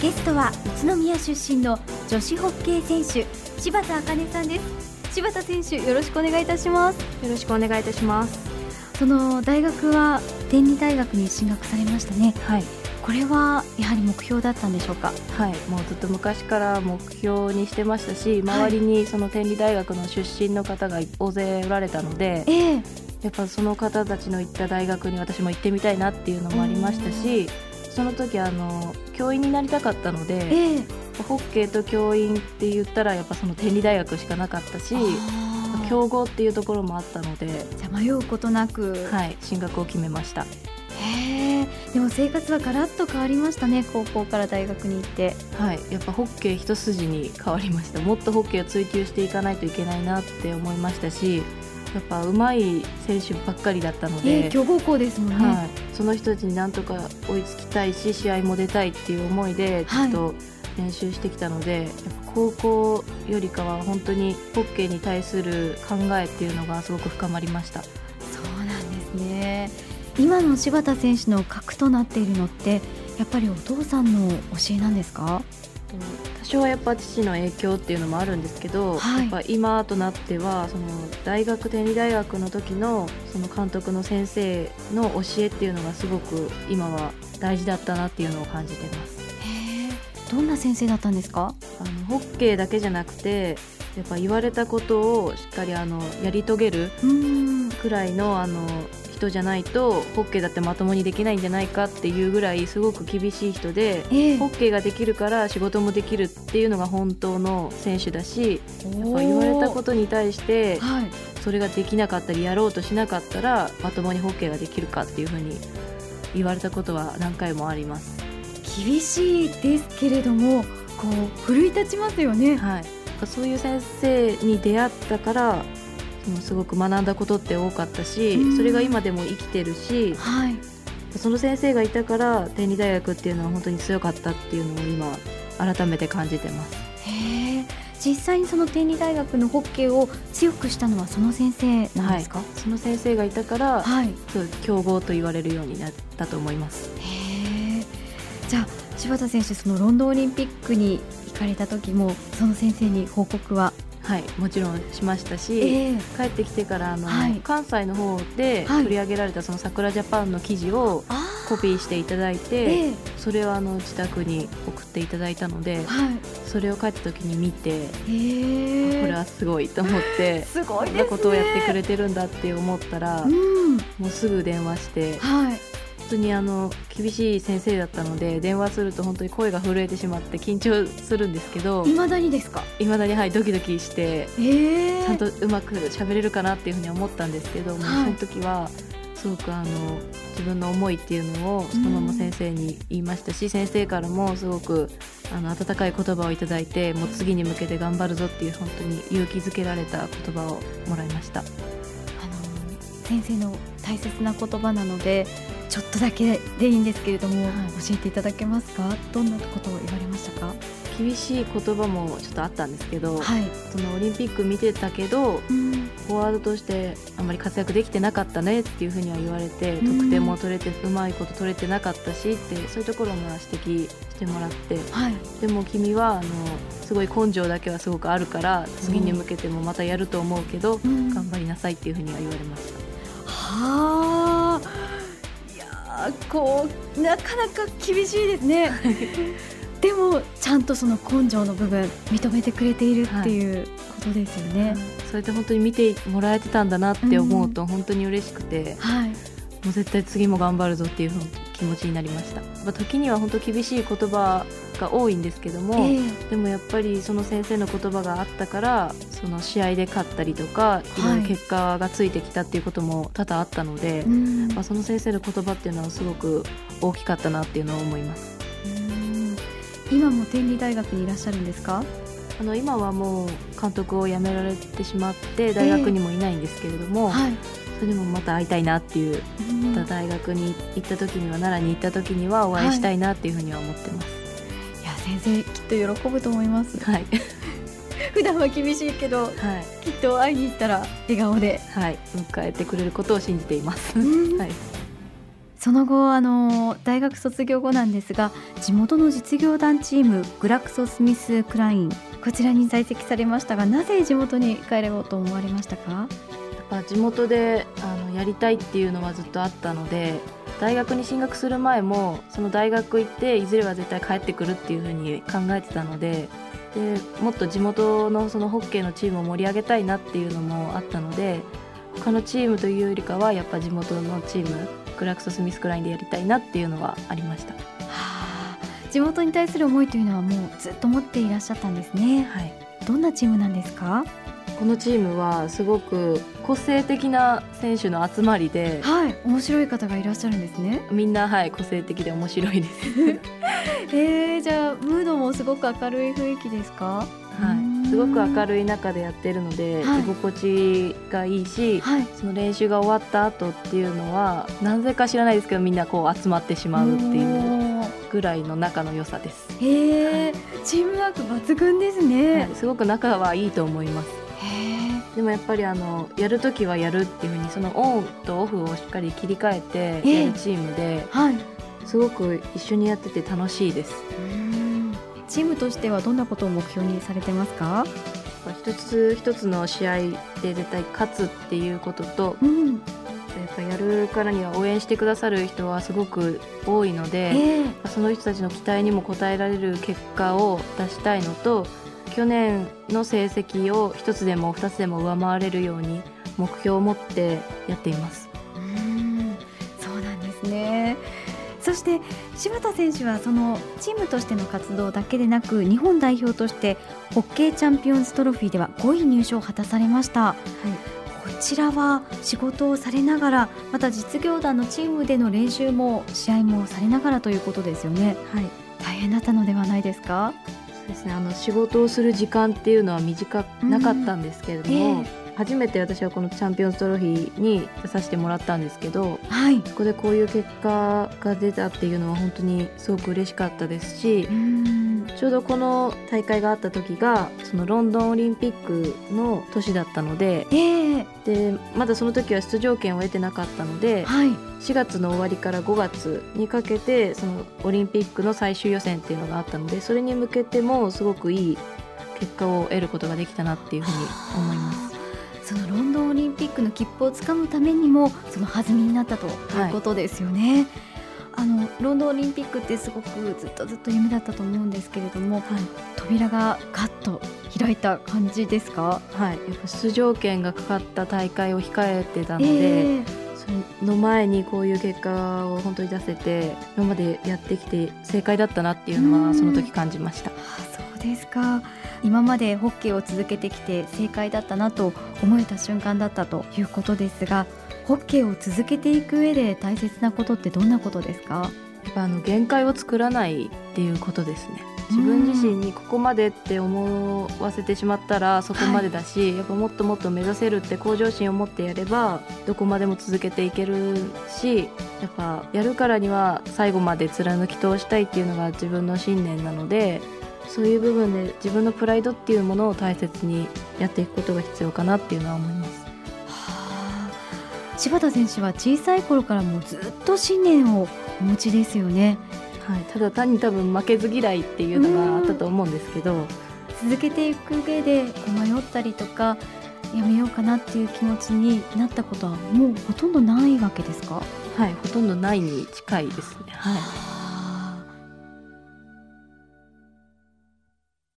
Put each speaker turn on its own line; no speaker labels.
ゲストは宇都宮出身の女子ホッケー選手柴田茜さんです柴田選手よろしくお願いいたします
よろしくお願いいたします
その大学は天理大学に進学されましたね
はい
これはやはり目標だったんでしょうか
はいもうずっと昔から目標にしてましたし周りにその天理大学の出身の方が大勢おられたので、
ええ
やっぱその方たちの行った大学に私も行ってみたいなっていうのもありましたしその時あの教員になりたかったので
ええ
ホッケーと教員って言ったらやっぱその天理大学しかなかったし
あー
競合っていうところもあったので、
じゃあ迷うことなく、
はい、進学を決めました
へえでも生活はガラッと変わりましたね高校から大学に行って
はい、やっぱホッケー一筋に変わりましたもっとホッケーを追求していかないといけないなって思いましたしやっぱ上手い選手ばっかりだったの
え
で、
え強豪校ですもんね、
はい、その人たちになんとか追いつきたいし試合も出たいっていう思いでず
はい
っと練習してきたので、やっぱ高校よりかは本当にホッケーに対する考えっていうのがすごく深まりました
そうなんですね今の柴田選手の核となっているのってやっぱりお父さんの教えなんですか
多少はやっぱ父の影響っていうのもあるんですけど、
はい
やっぱ今となってはその大学天理大学の時のその監督の先生の教えっていうのがすごく今は大事だったなっていうのを感じてます
へえどんな先生だったんですか
あのホッケーだけじゃなくてやっぱ言われたことをしっかりあのやり遂げる
うーん
くらいのあの人じゃないとホッケーだってまともにできないんじゃないかっていうぐらいすごく厳しい人で
ええ
ホッケーができるから仕事もできるっていうのが本当の選手だし
お
やっ
ー
ぱ言われたことに対して
はい
それができなかったりやろうとしなかったらまともにホッケーができるかっていうふうに言われたことは何回もあります、
厳しいですけれどもこう奮い立ちますよね
はい、そういう先生に出会ったからそのすごく学んだことって多かった
うん
しそれが今でも生きてるし
はい
その先生がいたから天理大学っていうのは本当に強かったっていうのを今改めて感じてます
へえ実際にその天理大学のホッケーを強くしたのはその先生なんですか
その先生がいたから
はい
そう強豪と言われるようになったと思います
へえじゃあ柴田選手そのロンドンオリンピックに行かれた時もその先生に報告は、
はいもちろんしましたし、
ええ
帰ってきてからあの、
はい
関西の方で
はい
取り上げられたその桜ジャパンの記事を
あ
コピーしていただいて、
ええ
それをあの自宅に送っていただいたので
は
それを帰った時に見て、
いへえ
これはすごいと思って
すごい
こん
ですね
なことをやってくれてるんだって思ったら、
うん
もうすぐ電話して
はい
本当にあの厳しい先生だったので電話すると本当に声が震えてしまって緊張するんですけど
未だにですか
いまだに、はい、ドキドキして
ええ
ちゃんとうまく喋れるかなっていうふうに思ったんですけど、もう
はい
その時はすごくあの自分の思いっていうのをそのまま先生に言いましたし、先生からもすごくあの温かい言葉をいただいてもう次に向けて頑張るぞっていう本当に勇気づけられた言葉をもらいました
あの先生の大切な言葉なのでちょっとだけでいいんですけれども、
はい
教えていただけますかどんなことを言われましたか
厳しい言葉もちょっとあったんですけど、
はい、
そのオリンピック見てたけど
うん、
フォワードとしてあんまり活躍できてなかったねっていうふうには言われて
うん
得点も取れてうまいこと取れてなかったしってそういうところも指摘してもらって
はい
でも君はあのすごい根性だけはすごくあるから次に向けてもまたやると思うけど
うん
頑張りなさいっていうふうには言われました
はあいやーこうなかなか厳しいですねでもちゃんとその根性の部分認めてくれているっていうことですよね
それで本当に見てもらえてたんだなって思うと本当に嬉しくて
はい、
もう絶対次も頑張るぞっていうふうな気持ちになりましたやっぱ時には本当厳しい言葉が多いんですけども、
ええ
でもやっぱりその先生の言葉があったからその試合で勝ったりとか
い
いろいろ結果がついてきたっていうことも多々あったので、
うん
まあ、その先生の言葉っていうのはすごく大きかったなっていうのは思います
うん今も天理大学にいらっしゃるんですか
あの今はもう監督を辞められてしまって大学にもいないんですけれども、
い、
それでもまた会いたいなっていう、
うん
また大学に行った時には奈良に行った時にはお会いしたいなっていうふうには思ってます
いや先生きっと喜ぶと思います
はい
普段は厳しいけど
はい、
きっと会いに行ったら笑顔で、
はい、迎えてくれることを信じています、
うん
はい
その後あの大学卒業後なんですが地元の実業団チームグラクソ・スミス・クラインこちらに在籍されましたがなぜ地元に帰れようと思われましたか
やっぱ地元であのやりたいっていうのはずっとあったので大学に進学する前もその大学行っていずれは絶対帰ってくるっていうふうに考えてたのででもっと地元のそのホッケーのチームを盛り上げたいなっていうのもあったので他のチームというよりかはやっぱ地元のチームクラクソ・スミスクラインでやりたいなっていうのはありました。
はあ地元に対する思いというのはもうずっと持っていらっしゃったんですね
はい
どんなチームなんですか
このチームはすごく個性的な選手の集まりで
はい面白い方がいらっしゃるんですね
みんなはい個性的で面白いです。
えー、じゃあムードもすごく明るい雰囲気ですか
は
うん
い、すごく明るい中でやってるので、
はい
居心地がいいし、
はい
その練習が終わった後っていうのはなぜか知らないですけどみんなこう集まってしまうっていう
おー
ぐらいの仲の良さです、
へえチームワーク抜群です
は
ね
い、すごく仲はいいと思います
へえ
でもやっぱりあのやる時はやるっていうふうにそのオンとオフをしっかり切り替え
ええ
てやるチームで
はい
すごく一緒にやってて楽しいです
チームとしてはどんなことを目標にされてますか
やっぱ一つ一つの試合で絶対勝つっていうことと
うん
やっぱやるからには応援してくださる人はすごく多いので、
ええ
その人たちの期待にも応えられる結果を出したいのと去年の成績を1つでも2つでも上回れるように目標を持ってやっています。
うんそうなんですねそして柴田選手はそのチームとしての活動だけでなく日本代表としてホッケーチャンピオンズトロフィーでは5位入賞を果たされました、こちらは仕事をされながらまた実業団のチームでの練習も試合もされながらということですよね
はい
大変だったのではないですか
そうですね、あの仕事をする時間っていうのは短くなかったんですけれども、
うんえ
初めて私はこのチャンピオンズトロフィーに出させてもらったんですけど
はい
そこでこういう結果が出たっていうのは本当にすごく嬉しかったですし、
うん
ちょうどこの大会があった時がそのロンドンオリンピックの年だったので
ええ
でまだその時は出場権を得てなかったので
はい
4月の終わりから5月にかけてそのオリンピックの最終予選っていうのがあったのでそれに向けてもすごくいい結果を得ることができたなっていうふうに思います。
そのロンドンオリンピックの切符をつかむためにもその弾みになったということですよね。あのロンドンオリンピックってすごくずっとずっと夢だったと思うんですけれども扉がガッと開いた感じですか
はい、やっぱ出場権がかかった大会を控えてたので、
ええ
その前にこういう結果を本当に出せて今までやってきて正解だったなっていうの
うん
はその時感じました
あそうですか今までホッケーを続けてきて正解だったなと思えた瞬間だったということですがホッケーを続けていく上で大切なことってどんなことですか
やっぱあの限界を作らないっていうことですね
うん
自分自身にここまでって思わせてしまったらそこまでだし、やっぱもっともっと目指せるって向上心を持ってやればどこまでも続けていけるしやっぱやるからには最後まで貫き通したいっていうのが自分の信念なのでそういう部分で自分のプライドっていうものを大切にやっていくことが必要かなっていうのは思います。
はあ柴田選手は小さい頃からもうずっと信念をお持ちですよね
はい、ただ単に多分負けず嫌いっていうのがあったと思うんですけど、
続けていく上でこう迷ったりとかやめようかなっていう気持ちになったことはもうほとんどないわけですか、
はい、ほとんどないに近いですね。はい、